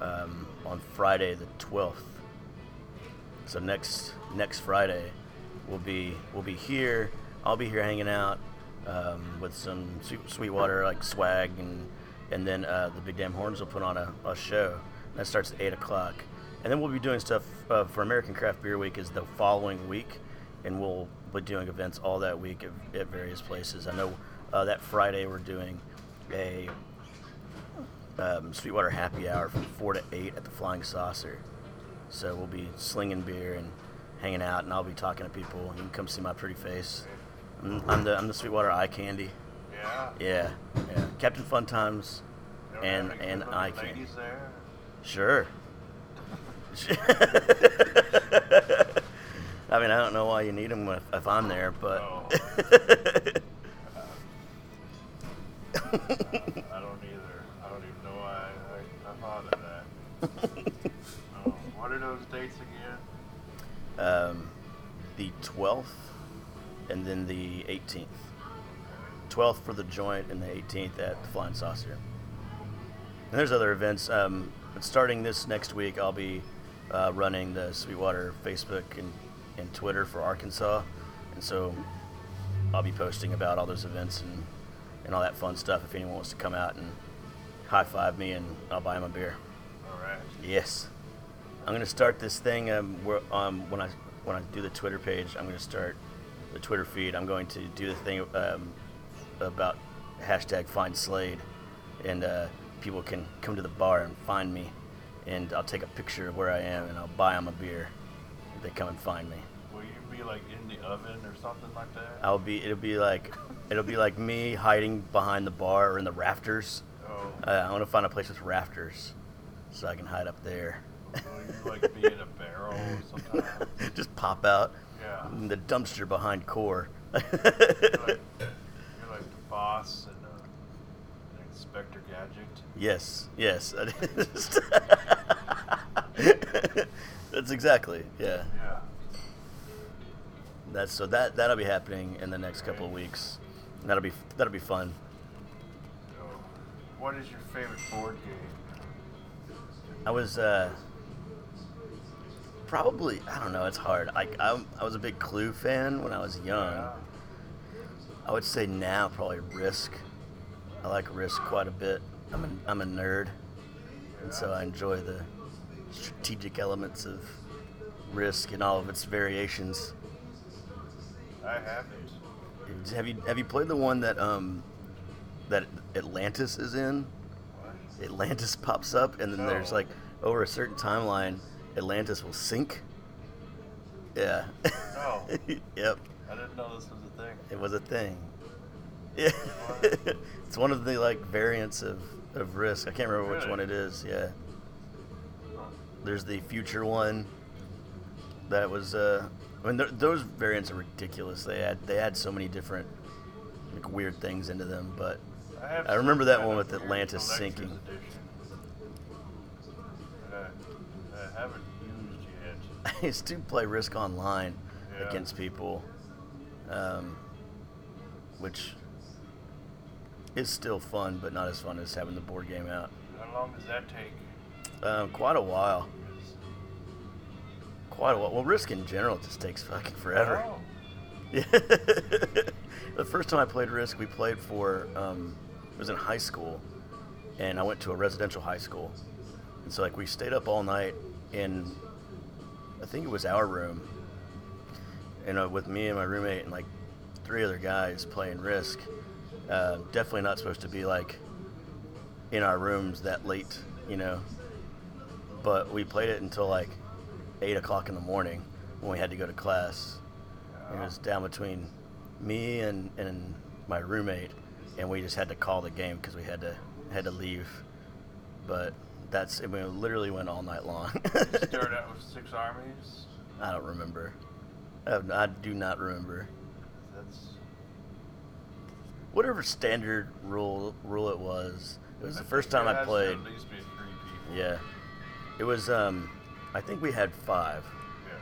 [SPEAKER 2] yeah.
[SPEAKER 1] um, on Friday the 12th. So next next Friday, we'll be we'll be here. I'll be here hanging out um, with some Su- Sweetwater like swag, and and then uh, the Big Damn Horns will put on a, a show that starts at eight o'clock, and then we'll be doing stuff uh, for American Craft Beer Week is the following week, and we'll be doing events all that week at, at various places. I know uh, that Friday we're doing a um, Sweetwater Happy Hour from four to eight at the Flying Saucer. So we'll be slinging beer and hanging out, and I'll be talking to people. You can come see my pretty face. I'm, I'm the I'm the Sweetwater Eye Candy.
[SPEAKER 2] Yeah.
[SPEAKER 1] Yeah, yeah. Captain Fun Times.
[SPEAKER 2] They
[SPEAKER 1] And-
[SPEAKER 2] don't have any
[SPEAKER 1] and I
[SPEAKER 2] good-looking
[SPEAKER 1] can-
[SPEAKER 2] Ladies there.
[SPEAKER 1] Sure. <laughs> I mean, I don't know why you need them if, if I'm there, but
[SPEAKER 2] Oh.
[SPEAKER 1] <laughs>
[SPEAKER 2] I don't either. I don't even know why I, I, I thought of that.
[SPEAKER 1] <laughs>
[SPEAKER 2] um, what are those dates again?
[SPEAKER 1] um, the 12th and then the 18th. 12th for the joint and the 18th at the Flying Saucer. And there's other events. Um, but starting this next week, I'll be uh, running the Sweetwater Facebook and, and Twitter for Arkansas. And so I'll be posting about all those events and, and all that fun stuff if anyone wants to come out and high five me and I'll buy them a beer.
[SPEAKER 2] All right.
[SPEAKER 1] Yes. I'm gonna start this thing. Um, where, um, when I when I do the Twitter page, I'm gonna start the Twitter feed, I'm going to do the thing um, about hashtag find Slade, and uh, people can come to the bar and find me, and I'll take a picture of where I am, and I'll buy them a beer if they come and find me.
[SPEAKER 2] Will you be like in the oven or something like that?
[SPEAKER 1] I'll be it'll be like it'll be like me hiding behind the bar or in the rafters.
[SPEAKER 2] oh,
[SPEAKER 1] Uh, I want to find a place with rafters so I can hide up there.
[SPEAKER 2] will you like be in a
[SPEAKER 1] <laughs>
[SPEAKER 2] barrel or something?
[SPEAKER 1] Just pop out
[SPEAKER 2] yeah.
[SPEAKER 1] in the dumpster behind core.
[SPEAKER 2] You're like, you're like the boss and uh, and Inspector Gadget.
[SPEAKER 1] yes, yes. <laughs> That's exactly yeah.
[SPEAKER 2] Yeah.
[SPEAKER 1] That's so that that'll be happening in the next couple of weeks. That'll be that'll be fun.
[SPEAKER 2] So, what is your favorite board game?
[SPEAKER 1] I was uh, probably I don't know. It's hard. I, I I was a big Clue fan when I was young. I would say now probably Risk. I like Risk quite a bit. I'm a, I'm a nerd, and so I enjoy the strategic elements of Risk and all of its variations.
[SPEAKER 2] I haven't.
[SPEAKER 1] Have you have you played the one that um that Atlantis is in?
[SPEAKER 2] What?
[SPEAKER 1] Atlantis <laughs> pops up, and then there's
[SPEAKER 2] No.
[SPEAKER 1] like over a certain timeline, Atlantis will sink. Yeah. <laughs>
[SPEAKER 2] No.
[SPEAKER 1] yep.
[SPEAKER 2] I didn't know this was a thing.
[SPEAKER 1] It was a thing. <laughs> Yeah. it's one of the like variants of, of risk. I can't remember which
[SPEAKER 2] Really?
[SPEAKER 1] one it is. Yeah. <laughs>
[SPEAKER 2] Huh.
[SPEAKER 1] There's the future one. That was. Uh, I mean, th- those variants are ridiculous. They had they had so many different like weird things into them, but <laughs>
[SPEAKER 2] I, have
[SPEAKER 1] I remember
[SPEAKER 2] some
[SPEAKER 1] that
[SPEAKER 2] kind
[SPEAKER 1] one
[SPEAKER 2] of
[SPEAKER 1] with
[SPEAKER 2] weird
[SPEAKER 1] Atlantis
[SPEAKER 2] collector's
[SPEAKER 1] sinking.
[SPEAKER 2] edition that I, that I haven't used yet.
[SPEAKER 1] I used to play Risk online
[SPEAKER 2] Yeah.
[SPEAKER 1] against people, um, which is still fun, but not as fun as having the board game out.
[SPEAKER 2] How long does that take?
[SPEAKER 1] Um, quite a while.
[SPEAKER 2] 'Cause-
[SPEAKER 1] Quite a while. Well, Risk in general just takes fucking forever.
[SPEAKER 2] Oh,
[SPEAKER 1] Yeah. <laughs> the first time I played Risk, we played for um, it was in high school, and I went to a residential high school, and so like we stayed up all night in, I think it was our room, and uh, with me and my roommate and like three other guys playing Risk. Uh, definitely not supposed to be like in our rooms that late, you know. But we played it until like eight o'clock in the morning when we had to go to class. It was down between me and, and my roommate, and we just had to call the game because we had to had to leave. But that's I mean, it literally went all night long. <laughs>
[SPEAKER 2] start out with six armies.
[SPEAKER 1] I don't remember. I, have- I do not remember.
[SPEAKER 2] That's
[SPEAKER 1] Whatever standard rule rule it was, it was the
[SPEAKER 2] I
[SPEAKER 1] first
[SPEAKER 2] think
[SPEAKER 1] time
[SPEAKER 2] there
[SPEAKER 1] I
[SPEAKER 2] has to
[SPEAKER 1] played.
[SPEAKER 2] At least be three people.
[SPEAKER 1] Yeah, it was. Um, I think we had five,
[SPEAKER 2] Yeah.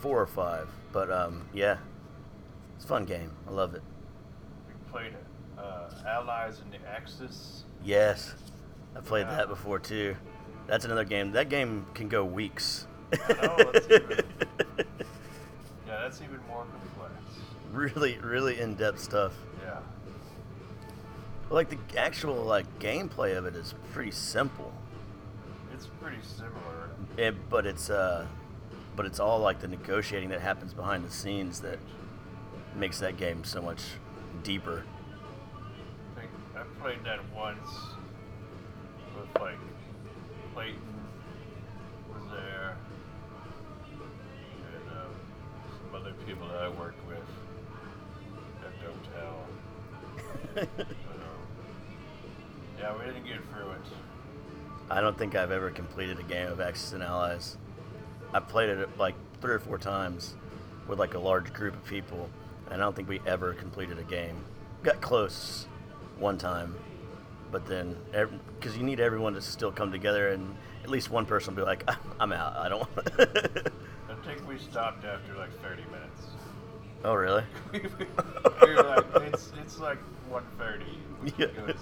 [SPEAKER 1] four or five. But um, yeah, it's a fun game. I love it.
[SPEAKER 2] We played uh, Allies in the Axis.
[SPEAKER 1] Yes, I played
[SPEAKER 2] Yeah.
[SPEAKER 1] that before too. That's another game. That game can go weeks.
[SPEAKER 2] know, that's even- Yeah, that's even more complex.
[SPEAKER 1] <laughs> really, really in-depth stuff.
[SPEAKER 2] Yeah.
[SPEAKER 1] Like the actual like gameplay of it is pretty simple,
[SPEAKER 2] It's pretty similar.
[SPEAKER 1] it, but it's uh, but it's all like the negotiating that happens behind the scenes that makes that game so much deeper. <laughs>
[SPEAKER 2] I think I played that once with like Clayton was there and um, some other people that I worked with at the hotel. But, um, yeah, we didn't get through it.
[SPEAKER 1] I don't think I've ever completed a game of Axis and Allies. I've played it like three or four times with like a large group of people, and I don't think we ever completed a game. Got close one time, but then because you need everyone to still come together, and at least one person will be like, "I'm out. I don't." want
[SPEAKER 2] I think we stopped after like 30
[SPEAKER 1] <laughs>
[SPEAKER 2] minutes. <laughs>
[SPEAKER 1] Oh, really?
[SPEAKER 2] we were like, it's, it's like 1.30. We should
[SPEAKER 1] Yeah.
[SPEAKER 2] go to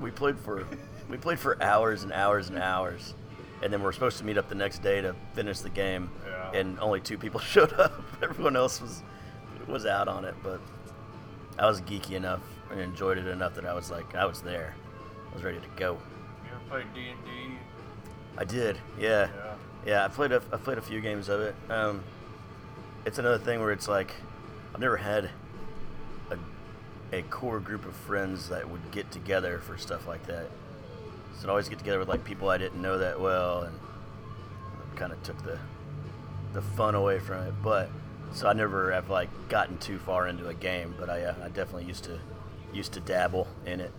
[SPEAKER 1] <laughs> we played for we played for hours and hours and hours, and then we are supposed to meet up the next day to finish the game.
[SPEAKER 2] Yeah.
[SPEAKER 1] And only two people <laughs> showed up. Everyone else was was out on it, but I was geeky enough and enjoyed it enough that I was like, I was there, I was ready to go.
[SPEAKER 2] You ever played D&D?
[SPEAKER 1] I did, yeah,
[SPEAKER 2] Yeah.
[SPEAKER 1] yeah. I played a I played a few games of it. Um, it's another thing where it's like I've never had a a core group of friends that would get together for stuff like that. So I'd always get together with like people I didn't know that well, and kind of took the the fun away from it. But so I never have like gotten too far into a game, but I uh, I definitely used to used to dabble in it.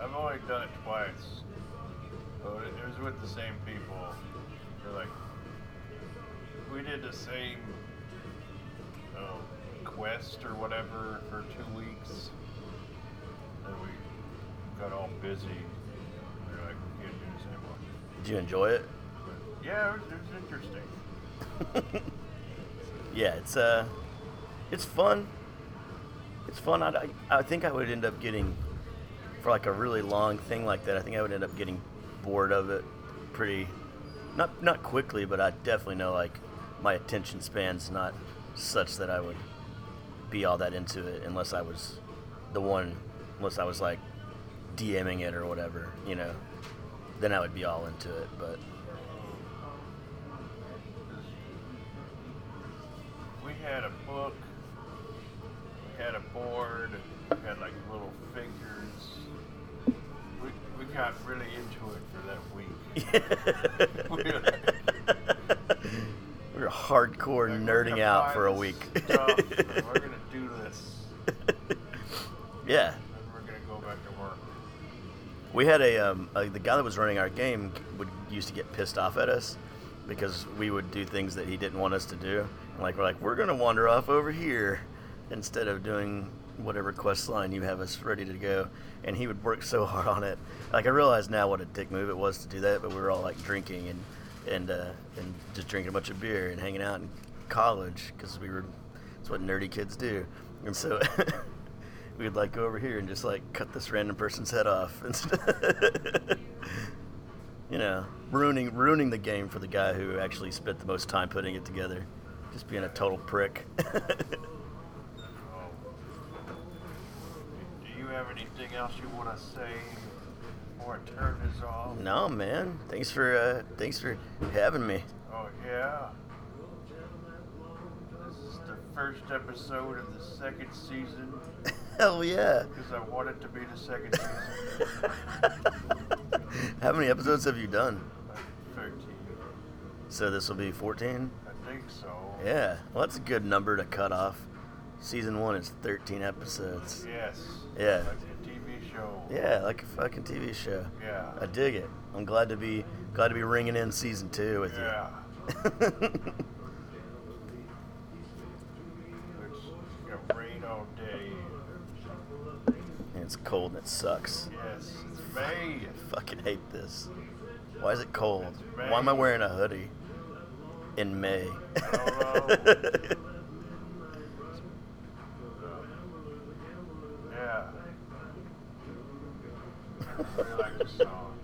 [SPEAKER 2] I've only done it twice, but it was with the same people. They're like, we did the same oh, quest or whatever for two weeks, and we got all busy. They're like, we can't do the same one.
[SPEAKER 1] Did you enjoy it?
[SPEAKER 2] But yeah, it was, it was interesting.
[SPEAKER 1] yeah, it's uh, it's fun. It's fun. I'd- I I think I would end up getting for like a really long thing like that. I think I would end up getting bored of it pretty, not not quickly, but I definitely know like my attention span's not such that I would be all that into it unless I was the one, unless I was like DMing it or whatever, you know. Then I would be all into it, but
[SPEAKER 2] We had a book, we had a board, we had like little figures. We, we got really into it for that week.
[SPEAKER 1] We were hardcore
[SPEAKER 2] Like, we're
[SPEAKER 1] nerding
[SPEAKER 2] gonna
[SPEAKER 1] out
[SPEAKER 2] find
[SPEAKER 1] for a
[SPEAKER 2] this
[SPEAKER 1] week.
[SPEAKER 2] stuff, and we're gonna do this,
[SPEAKER 1] <laughs> yeah,
[SPEAKER 2] and we're gonna go back to work.
[SPEAKER 1] we had a, um, a the guy that was running our game would used to get pissed off at us because we would do things that he didn't want us to do. And like we're like we're gonna wander off over here instead of doing whatever quest line you have us ready to go. And he would work so <laughs> hard on it. Like I realize now what a dick move it was to do that, but we were all like drinking and and uh, and just drinking a bunch of beer and hanging out in college because we were that's what nerdy kids do. And so <laughs> we would like go over here and just like cut this random person's head off <laughs> and st- you know ruining ruining the game for the guy who actually spent the most time putting it together just being a total prick <laughs>
[SPEAKER 2] Oh. Do you have anything else you want to say before I turn this off?
[SPEAKER 1] no man thanks for uh thanks for having me
[SPEAKER 2] Oh yeah. This is the first episode of the second season
[SPEAKER 1] hell yeah <laughs>
[SPEAKER 2] because I want it to be the second season.
[SPEAKER 1] how many episodes have you done
[SPEAKER 2] Like Thirteen,
[SPEAKER 1] so this will be 14
[SPEAKER 2] I think so.
[SPEAKER 1] yeah well that's a good number to cut off season one is 13 episodes
[SPEAKER 2] Yes.
[SPEAKER 1] Yeah.
[SPEAKER 2] Like a TV show.
[SPEAKER 1] yeah like a fucking tv show
[SPEAKER 2] Yeah.
[SPEAKER 1] I dig it. I'm glad to be glad to be ringing in season two with
[SPEAKER 2] Yeah.
[SPEAKER 1] you.
[SPEAKER 2] It's got rain all day.
[SPEAKER 1] and <laughs> it's cold and it sucks.
[SPEAKER 2] Yes, it's May.
[SPEAKER 1] Fucking hate this. Why is it cold?
[SPEAKER 2] It's May.
[SPEAKER 1] Why am I wearing a hoodie in May?
[SPEAKER 2] Oh,
[SPEAKER 1] <laughs>
[SPEAKER 2] don't Yeah. I really like the song.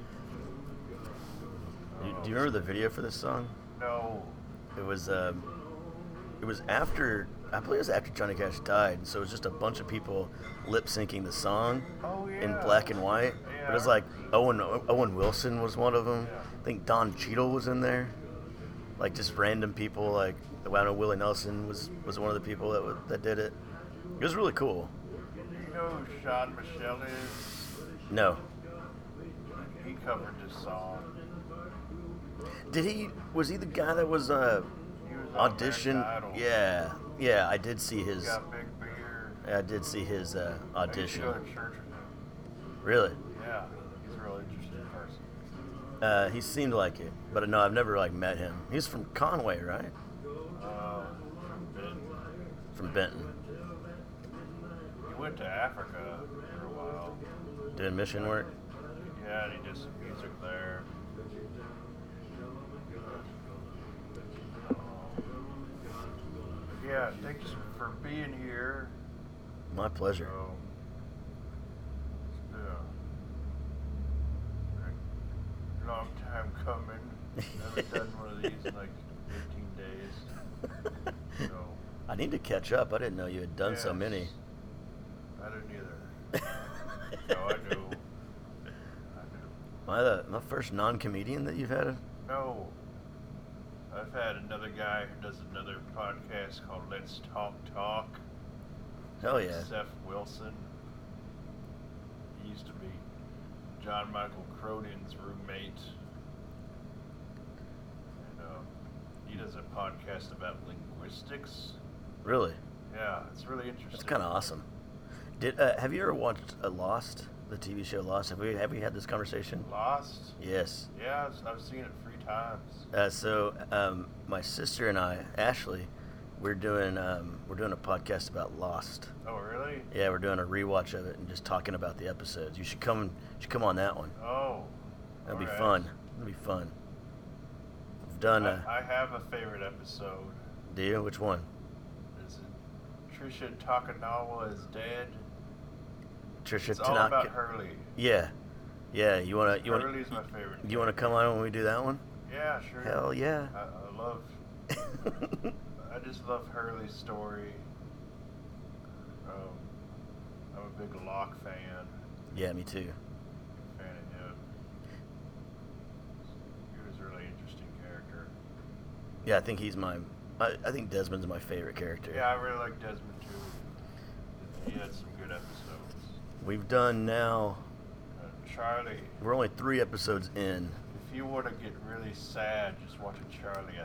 [SPEAKER 1] You- Do you remember the video for this song?
[SPEAKER 2] No.
[SPEAKER 1] It was um, it was after I believe it was after Johnny Cash died, so it was just a bunch of people lip syncing the song
[SPEAKER 2] Oh,
[SPEAKER 1] in
[SPEAKER 2] yeah.
[SPEAKER 1] black and white. But it was
[SPEAKER 2] Yeah.
[SPEAKER 1] like Owen Owen Wilson was one of them.
[SPEAKER 2] Yeah.
[SPEAKER 1] I think Don Cheadle was in there. Like just random people. Like I know Willie Nelson was was one of the people that wa- that did it. It was really cool.
[SPEAKER 2] You know who Sean Michelle is?
[SPEAKER 1] No,
[SPEAKER 2] He covered this song.
[SPEAKER 1] did he? Was he the guy that was uh
[SPEAKER 2] He was on
[SPEAKER 1] audition?
[SPEAKER 2] American Idol.
[SPEAKER 1] Yeah, yeah. I did see
[SPEAKER 2] He
[SPEAKER 1] his.
[SPEAKER 2] got big beard.
[SPEAKER 1] I did see his uh,
[SPEAKER 2] I used to
[SPEAKER 1] audition.
[SPEAKER 2] go to church with
[SPEAKER 1] Really.
[SPEAKER 2] him. Yeah, he's a real interesting person.
[SPEAKER 1] Uh, he seemed like it, but no, I've never like met him. He's from Conway, right?
[SPEAKER 2] Uh, from Benton.
[SPEAKER 1] From Benton,
[SPEAKER 2] He went to Africa for a while.
[SPEAKER 1] doing mission work.
[SPEAKER 2] Yeah, and he did some music there. Um, Yeah, thanks for being here.
[SPEAKER 1] My pleasure.
[SPEAKER 2] So, yeah. Like, Long time coming. Haven't done one of these in like 15 days. So,
[SPEAKER 1] I need to catch up. I didn't know you had done so
[SPEAKER 2] yes.
[SPEAKER 1] many.
[SPEAKER 2] I didn't either. No, I
[SPEAKER 1] <laughs>
[SPEAKER 2] do. I do.
[SPEAKER 1] uh, Am I the my first non-comedian that you've had?
[SPEAKER 2] No. I've had another guy who does another podcast called Let's Talk Talk.
[SPEAKER 1] Hell Oh, yeah.
[SPEAKER 2] Seth Wilson. He used to be John Michael Cronin's roommate. And uh, he does a podcast about linguistics.
[SPEAKER 1] Really?
[SPEAKER 2] Yeah, it's really interesting.
[SPEAKER 1] That's kind of awesome. Did uh, have you ever watched uh, Lost, the TV show Lost? Have we have we had this conversation?
[SPEAKER 2] Lost.
[SPEAKER 1] Yes.
[SPEAKER 2] Yeah, I've- I've seen it three times.
[SPEAKER 1] Uh, so um, my sister and I, Ashley, we're doing um, we're doing a podcast about Lost.
[SPEAKER 2] Oh, really?
[SPEAKER 1] Yeah, we're doing a rewatch of it and just talking about the episodes. You should come you should come on that one.
[SPEAKER 2] Oh.
[SPEAKER 1] That'd be
[SPEAKER 2] alright.
[SPEAKER 1] fun. That'd be fun. I've done. Uh,
[SPEAKER 2] I, I have a favorite episode.
[SPEAKER 1] do you? Which one?
[SPEAKER 2] Is it Trisha Takanawa is dead?
[SPEAKER 1] Trisha
[SPEAKER 2] It's all
[SPEAKER 1] Tanaka.
[SPEAKER 2] about Hurley.
[SPEAKER 1] Yeah, yeah. You wanna you wanna
[SPEAKER 2] Hurley's my favorite.
[SPEAKER 1] you wanna come on when we do that one? <laughs>
[SPEAKER 2] Yeah, sure.
[SPEAKER 1] Hell yeah.
[SPEAKER 2] I, I love. I just love Hurley's story. Um, I'm a big Locke fan.
[SPEAKER 1] yeah, me too.
[SPEAKER 2] Fan of him. He was a really interesting character.
[SPEAKER 1] Yeah, I think he's my. I, I think Desmond's my favorite character.
[SPEAKER 2] Yeah, I really like Desmond too. He had some good episodes.
[SPEAKER 1] We've done now.
[SPEAKER 2] Uh, Charlie,
[SPEAKER 1] We're only three episodes in.
[SPEAKER 2] if you want to get really sad, just watch
[SPEAKER 1] <laughs>
[SPEAKER 2] a Charlie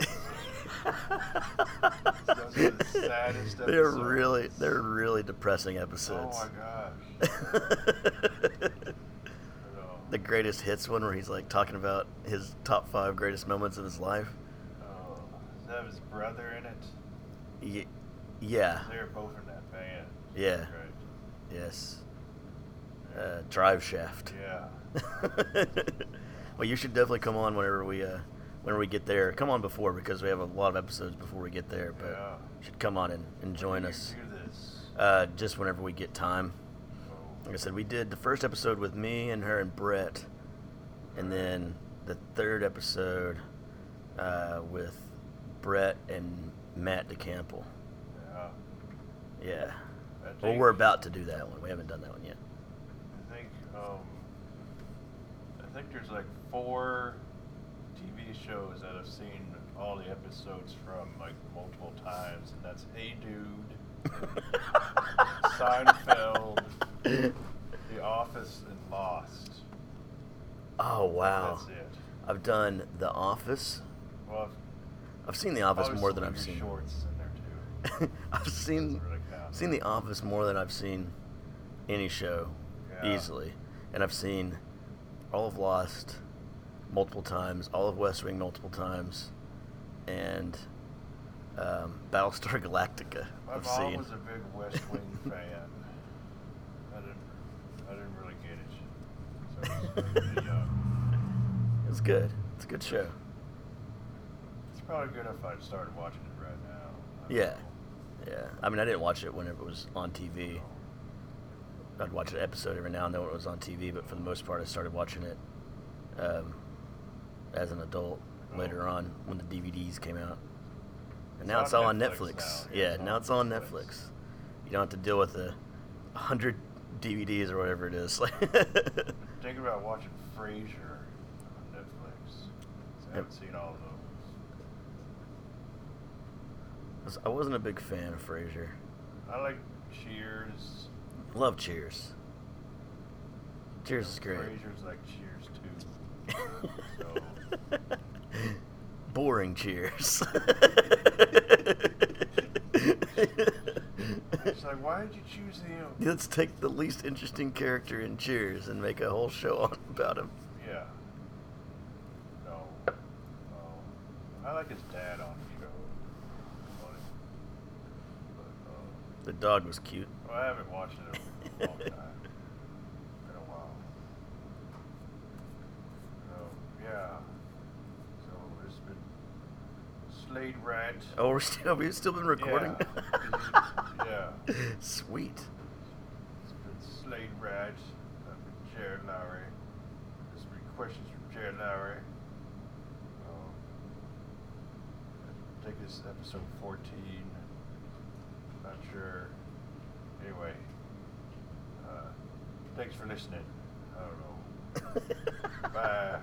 [SPEAKER 2] episode. Those are the saddest
[SPEAKER 1] they're really,
[SPEAKER 2] episodes.
[SPEAKER 1] they're really depressing
[SPEAKER 2] oh
[SPEAKER 1] episodes.
[SPEAKER 2] my gosh.
[SPEAKER 1] <laughs>
[SPEAKER 2] But, uh,
[SPEAKER 1] the greatest hits one where he's like talking about his top five greatest moments of his life.
[SPEAKER 2] Oh, does that have his brother in it?
[SPEAKER 1] Ye- yeah.
[SPEAKER 2] They're both in that band.
[SPEAKER 1] Ah. Yeah.
[SPEAKER 2] Right.
[SPEAKER 1] Yes. Uh, drive shaft.
[SPEAKER 2] Yeah.
[SPEAKER 1] well, you should definitely come on whenever we uh, whenever we get there. Come on before because we have a lot of episodes before we get there. But
[SPEAKER 2] Yeah.
[SPEAKER 1] you should come on and, and <laughs> join
[SPEAKER 2] You
[SPEAKER 1] us
[SPEAKER 2] Do this.
[SPEAKER 1] uh, just whenever we get time.
[SPEAKER 2] Oh,
[SPEAKER 1] Like I said, we did the first episode with me and her and Brett, and then the third episode uh, with Brett and Matt DeCample.
[SPEAKER 2] yeah.
[SPEAKER 1] Yeah.
[SPEAKER 2] I think,
[SPEAKER 1] Well, we're about to do that one. We haven't done that one yet.
[SPEAKER 2] I think um, I think there's like four TV shows that I've seen all the episodes from like multiple times, and that's Hey Dude, Seinfeld, The Office, and Lost.
[SPEAKER 1] <laughs> Oh wow!
[SPEAKER 2] That's it.
[SPEAKER 1] I've done The Office.
[SPEAKER 2] Well,
[SPEAKER 1] I've seen The Office
[SPEAKER 2] always
[SPEAKER 1] more than
[SPEAKER 2] leave
[SPEAKER 1] I've
[SPEAKER 2] your
[SPEAKER 1] seen.
[SPEAKER 2] Shorts in there too.
[SPEAKER 1] <laughs> I've seen
[SPEAKER 2] Doesn't really count.
[SPEAKER 1] I've seen The Office more than I've seen any show
[SPEAKER 2] Yeah.
[SPEAKER 1] easily, and I've seen all of Lost multiple times, all of West Wing multiple times, and um, Battlestar <laughs> Galactica.
[SPEAKER 2] My
[SPEAKER 1] I've
[SPEAKER 2] mom
[SPEAKER 1] seen.
[SPEAKER 2] was a big West
[SPEAKER 1] <laughs>
[SPEAKER 2] Wing fan. I didn't, I didn't really get it. So I
[SPEAKER 1] <laughs>
[SPEAKER 2] was really young. uh,
[SPEAKER 1] It's good. It's a good show.
[SPEAKER 2] It's probably good if I started watching it right now. I don't
[SPEAKER 1] Yeah,
[SPEAKER 2] know.
[SPEAKER 1] yeah. I mean, I didn't watch it whenever it was on TV. I'd watch an episode every now and then when it was on TV, but for the most part, I started watching it um, as an adult later on when the DVDs came out. And
[SPEAKER 2] It's
[SPEAKER 1] now
[SPEAKER 2] on
[SPEAKER 1] it's all on
[SPEAKER 2] Netflix
[SPEAKER 1] Netflix.
[SPEAKER 2] now, yeah,
[SPEAKER 1] Yeah,
[SPEAKER 2] it's
[SPEAKER 1] now
[SPEAKER 2] on
[SPEAKER 1] it's on
[SPEAKER 2] Netflix.
[SPEAKER 1] Netflix. You don't have to deal with the 100 DVDs or whatever it is. <laughs> Like,
[SPEAKER 2] Think about watching Frasier on Netflix. 'cause
[SPEAKER 1] Yep.
[SPEAKER 2] I haven't seen all of those.
[SPEAKER 1] I wasn't a big fan of Frasier.
[SPEAKER 2] I like Cheers.
[SPEAKER 1] Love Cheers. Cheers is great.
[SPEAKER 2] Frasier's like Cheers
[SPEAKER 1] <laughs>
[SPEAKER 2] too.
[SPEAKER 1] Boring cheers.
[SPEAKER 2] It's like, why did you choose him?
[SPEAKER 1] Let's take the least interesting character in Cheers and make a whole show on about him.
[SPEAKER 2] Yeah. No. No. I like his dad on Hero. On it. But, uh,
[SPEAKER 1] The dog was cute.
[SPEAKER 2] well, uh, I haven't watched it in
[SPEAKER 1] <laughs>
[SPEAKER 2] a long time. Been a while. So, yeah. So, it's been Slade Rat.
[SPEAKER 1] Oh, we're still we've still been recording. <laughs>
[SPEAKER 2] Yeah.
[SPEAKER 1] Sweet. <laughs>
[SPEAKER 2] It's been Slade Rat. I've been Jared Lowry. There's been questions from Jared Lowry. Um, I think it's episode 14. Not sure. Anyway, uh, thanks for listening. I don't know. Bye.